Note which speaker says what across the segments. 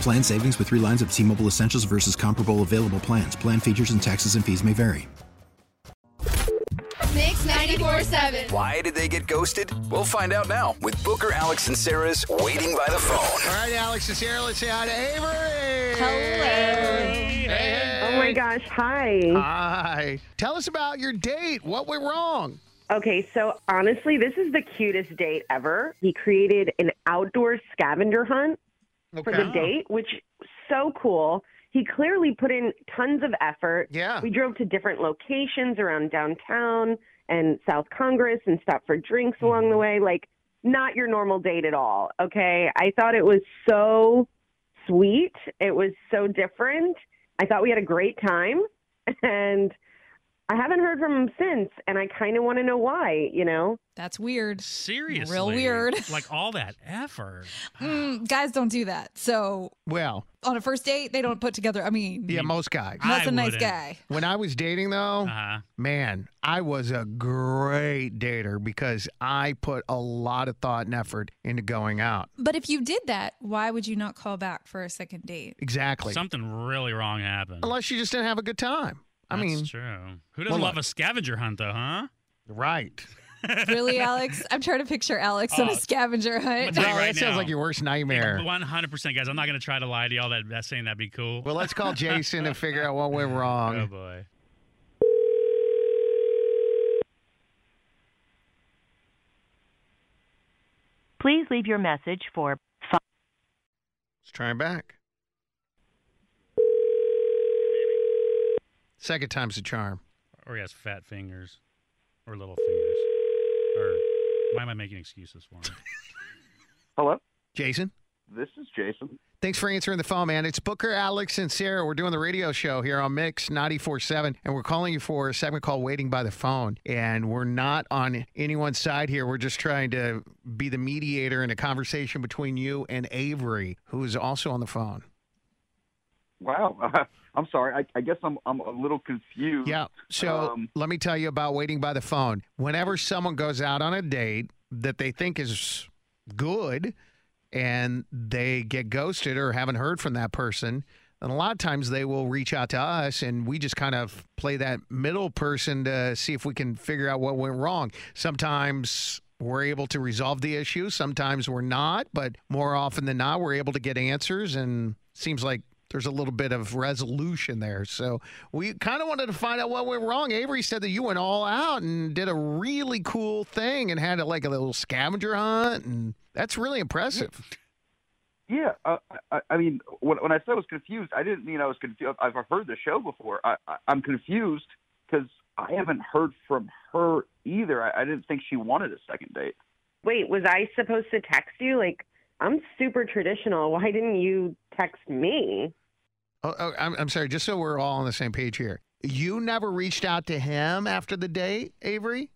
Speaker 1: Plan savings with three lines of T Mobile Essentials versus comparable available plans. Plan features and taxes and fees may vary.
Speaker 2: Mix 94.7.
Speaker 3: Why did they get ghosted? We'll find out now with Booker, Alex, and Sarah's Waiting by the Phone.
Speaker 4: All right, Alex is here. Let's say hi to Avery.
Speaker 5: Oh my gosh, hi.
Speaker 4: Hi. Tell us about your date. What went wrong?
Speaker 5: Okay, so honestly, this is the cutest date ever. He created an outdoor scavenger hunt for the date, which so cool. He clearly put in tons of effort.
Speaker 4: Yeah.
Speaker 5: We drove to different locations around downtown and South Congress and stopped for drinks along the way. Like not your normal date at all. Okay? I thought it was so sweet. It was so different. I thought we had a great time and I haven't heard from him since and I kind of want to know why, you know.
Speaker 6: That's weird.
Speaker 7: Seriously.
Speaker 6: Real weird.
Speaker 7: Like all that effort.
Speaker 6: Mm, guys don't do that. So
Speaker 4: Well,
Speaker 6: on a first date, they don't put together. I mean,
Speaker 4: yeah, most guys.
Speaker 7: I
Speaker 6: that's a nice
Speaker 7: wouldn't.
Speaker 6: guy.
Speaker 4: When I was dating, though,
Speaker 7: Mm-hmm. Uh-huh.
Speaker 4: man, I was a great dater because I put a lot of thought and effort into going out.
Speaker 6: But if you did that, why would you not call back for a second date?
Speaker 4: Exactly.
Speaker 7: Something really wrong happened.
Speaker 4: Unless you just didn't have a good time. I
Speaker 7: That's
Speaker 4: mean,
Speaker 7: true. Who doesn't
Speaker 4: well,
Speaker 7: love
Speaker 4: look.
Speaker 7: a scavenger hunt, though, huh?
Speaker 4: right.
Speaker 6: Really, Alex? I'm trying to picture Alex on
Speaker 7: Oh.
Speaker 6: a scavenger hunt.
Speaker 7: Tell you
Speaker 4: No,
Speaker 7: right
Speaker 4: that sounds
Speaker 7: now.
Speaker 4: like your worst nightmare.
Speaker 7: One hundred percent, guys. I'm not gonna try to lie to y'all. That that's saying that'd be cool.
Speaker 4: Well, let's call Jason and figure out what went
Speaker 7: oh
Speaker 4: wrong.
Speaker 7: boy.
Speaker 8: Please leave your message for
Speaker 4: Let's try him back. Second time's the charm.
Speaker 7: Or he has fat fingers, or little fingers, or why am I making excuses for him?
Speaker 9: Hello,
Speaker 4: Jason,
Speaker 9: this is Jason.
Speaker 4: thanks for answering the phone, man. It's Booker, Alex, and Sarah. We're doing the radio show here on Mix 94.7, and we're calling you for a segment called Waiting by the Phone. And we're not on anyone's side here. We're just trying to be the mediator in a conversation between you and Avery, who is also on the phone.
Speaker 9: Wow, I'm sorry. I, I guess I'm I'm a little confused.
Speaker 4: Yeah. So
Speaker 9: Um,
Speaker 4: let me tell you about waiting by the phone. Whenever someone goes out on a date that they think is good and they get ghosted or haven't heard from that person, and a lot of times they will reach out to us and we just kind of play that middle person to see if we can figure out what went wrong. Sometimes we're able to resolve the issue, sometimes we're not, but more often than not, we're able to get answers and seems like there's a little bit of resolution there. So we kind of wanted to find out what went wrong. Avery said that you went all out and did a really cool thing and had like a little scavenger hunt, and that's really impressive.
Speaker 9: yeah. Uh, I, I mean, when when I said I was confused, I didn't mean I was confused. I've heard the show before. I, I I'm confused because I haven't heard from her either. I, I didn't think she wanted a second date.
Speaker 5: Wait, was I supposed to text you? Like I'm super traditional. Why didn't you text me?
Speaker 4: Oh, oh, I'm, I'm sorry, just so we're all on the same page here. You never reached out to him after the date, Avery?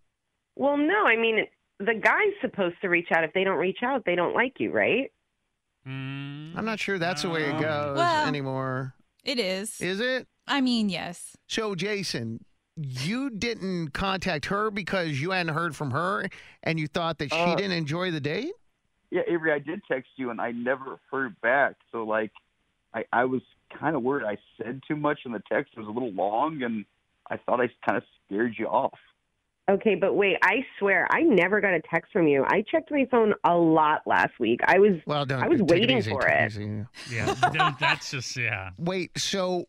Speaker 5: Well, no, I mean, the guy's supposed to reach out. If they don't reach out, they don't like you, right?
Speaker 7: Mm,
Speaker 4: I'm not sure that's the way it
Speaker 7: no.
Speaker 4: goes
Speaker 6: Well-
Speaker 4: anymore.
Speaker 6: It is.
Speaker 4: Is it?
Speaker 6: I mean, yes.
Speaker 4: So, Jason, you didn't contact her because you hadn't heard from her and you thought that she
Speaker 9: Uh,
Speaker 4: didn't enjoy the date?
Speaker 9: Yeah, Avery, I did text you and I never heard back. So like, I I was kind of worried. I said too much in the text. It was a little long, and I thought I kind of scared you off.
Speaker 5: Okay, but wait, I swear I never got a text from you. I checked my phone a lot last week. I was
Speaker 4: well, don't,
Speaker 5: I was
Speaker 4: take
Speaker 5: waiting
Speaker 4: easy,
Speaker 5: for
Speaker 4: take
Speaker 5: it.
Speaker 4: easy.
Speaker 7: Yeah, no, that's just yeah.
Speaker 4: Wait, so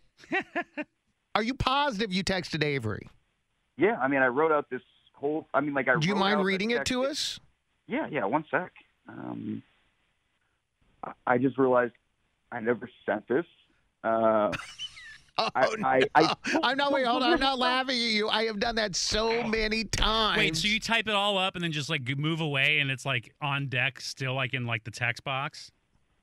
Speaker 4: are you positive you texted Avery?
Speaker 9: Yeah, I mean, I wrote out this whole. I mean, like I.
Speaker 4: Do you
Speaker 9: wrote
Speaker 4: mind
Speaker 9: out a
Speaker 4: reading it
Speaker 9: text-
Speaker 4: to us?
Speaker 9: Yeah, yeah. One sec. Um, I- I just realized I never sent this. Uh,
Speaker 4: Oh,
Speaker 9: I, I, I,
Speaker 4: I'm not. Wait, hold on. I'm not laughing at you. I have done that so many times.
Speaker 7: Wait, so you type it all up and then just like g- move away, and it's like on deck, still like in like the text box.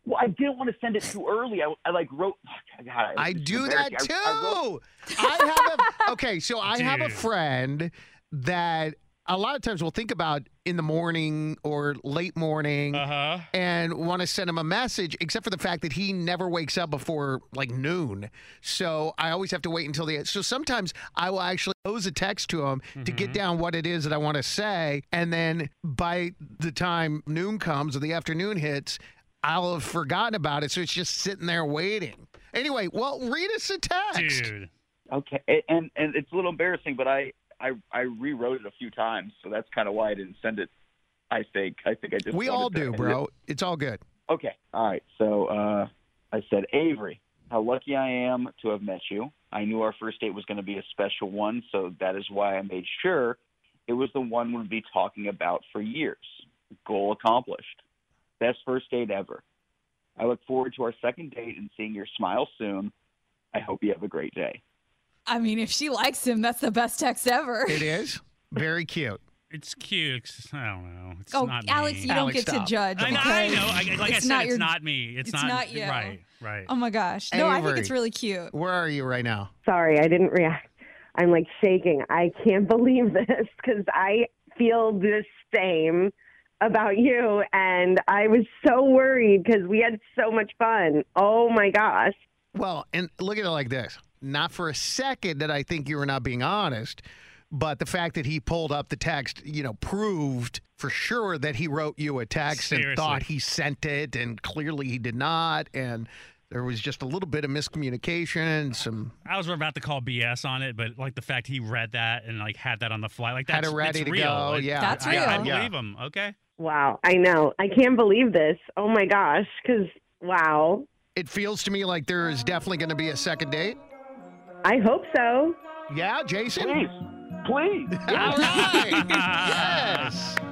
Speaker 9: well, I didn't want to send it too early. I, I like wrote. oh, God, I,
Speaker 4: I
Speaker 9: it's
Speaker 4: do that
Speaker 9: embarrassing.
Speaker 4: too.
Speaker 9: I- I wrote-
Speaker 4: I, have a okay. So I have a
Speaker 7: Dude.
Speaker 4: friend that a lot of times we'll think about in the morning or late morning.
Speaker 7: Uh
Speaker 6: Uh-huh.
Speaker 7: huh.
Speaker 4: and want to send him a message, except for the fact that he never wakes up before like noon. So I always have to wait until the end. So sometimes I will actually pose a text to him to
Speaker 7: Mm-hmm.
Speaker 4: get down what it is that I want to say. And then by the time noon comes or the afternoon hits, I'll have forgotten about it. So it's just sitting there waiting. Anyway, well, read us a text.
Speaker 7: Dude,
Speaker 9: Okay, a- and and it's a little embarrassing, but I I I rewrote it a few times, so that's kind of why I didn't send it. I think I think I just
Speaker 4: We
Speaker 9: sent
Speaker 4: all
Speaker 9: it to-
Speaker 4: do, bro. It's all good.
Speaker 9: Okay, all right. So uh, I said, Avery, how lucky I am to have met you. I knew our first date was going to be a special one, so that is why I made sure it was the one we'd be talking about for years. Goal accomplished. Best first date ever. I look forward to our second date and seeing your smile soon. I hope you have a great day.
Speaker 6: I mean, if she likes him, that's the best text ever.
Speaker 4: It is very cute.
Speaker 7: it's cute. 'cause I don't know. It's
Speaker 6: oh,
Speaker 7: not
Speaker 6: Alex,
Speaker 7: me.
Speaker 6: you don't
Speaker 4: Alex,
Speaker 6: get
Speaker 4: stop.
Speaker 6: to judge.
Speaker 7: I know. I
Speaker 6: because
Speaker 7: know. I, like I
Speaker 6: it's
Speaker 7: said,
Speaker 6: not
Speaker 7: it's
Speaker 6: your-
Speaker 7: not me. It's,
Speaker 6: it's not you.
Speaker 7: Right. Right.
Speaker 6: Oh my gosh. No, I think it's
Speaker 4: Avery.
Speaker 6: really cute.
Speaker 4: Where are you right now?
Speaker 5: Sorry, I didn't react. I'm like shaking. I can't believe this because I feel the same about you. And I was so worried because we had so much fun. Oh my gosh.
Speaker 4: Well, and look at it like this. Not for a second that I think you were not being honest, but the fact that he pulled up the text, you know, proved for sure that he wrote you a text
Speaker 7: Seriously.
Speaker 4: and thought he sent it, and clearly he did not. And there was just a little bit of miscommunication, some
Speaker 7: I was about to call BS on it, but like the fact he read that and like had that on the fly, like
Speaker 4: Had
Speaker 7: that's
Speaker 4: it ready
Speaker 7: that's
Speaker 4: to
Speaker 7: real.
Speaker 4: go,
Speaker 7: Like,
Speaker 4: yeah.
Speaker 6: That's
Speaker 7: I, I
Speaker 6: real.
Speaker 4: Yeah.
Speaker 7: believe him. Okay.
Speaker 5: Wow. I know. I can't believe this. Oh my gosh. Because, wow.
Speaker 4: it feels to me like there is definitely going to be a second date.
Speaker 5: I hope so.
Speaker 4: Yeah, Jason?
Speaker 9: Please, please.
Speaker 4: All right. yes.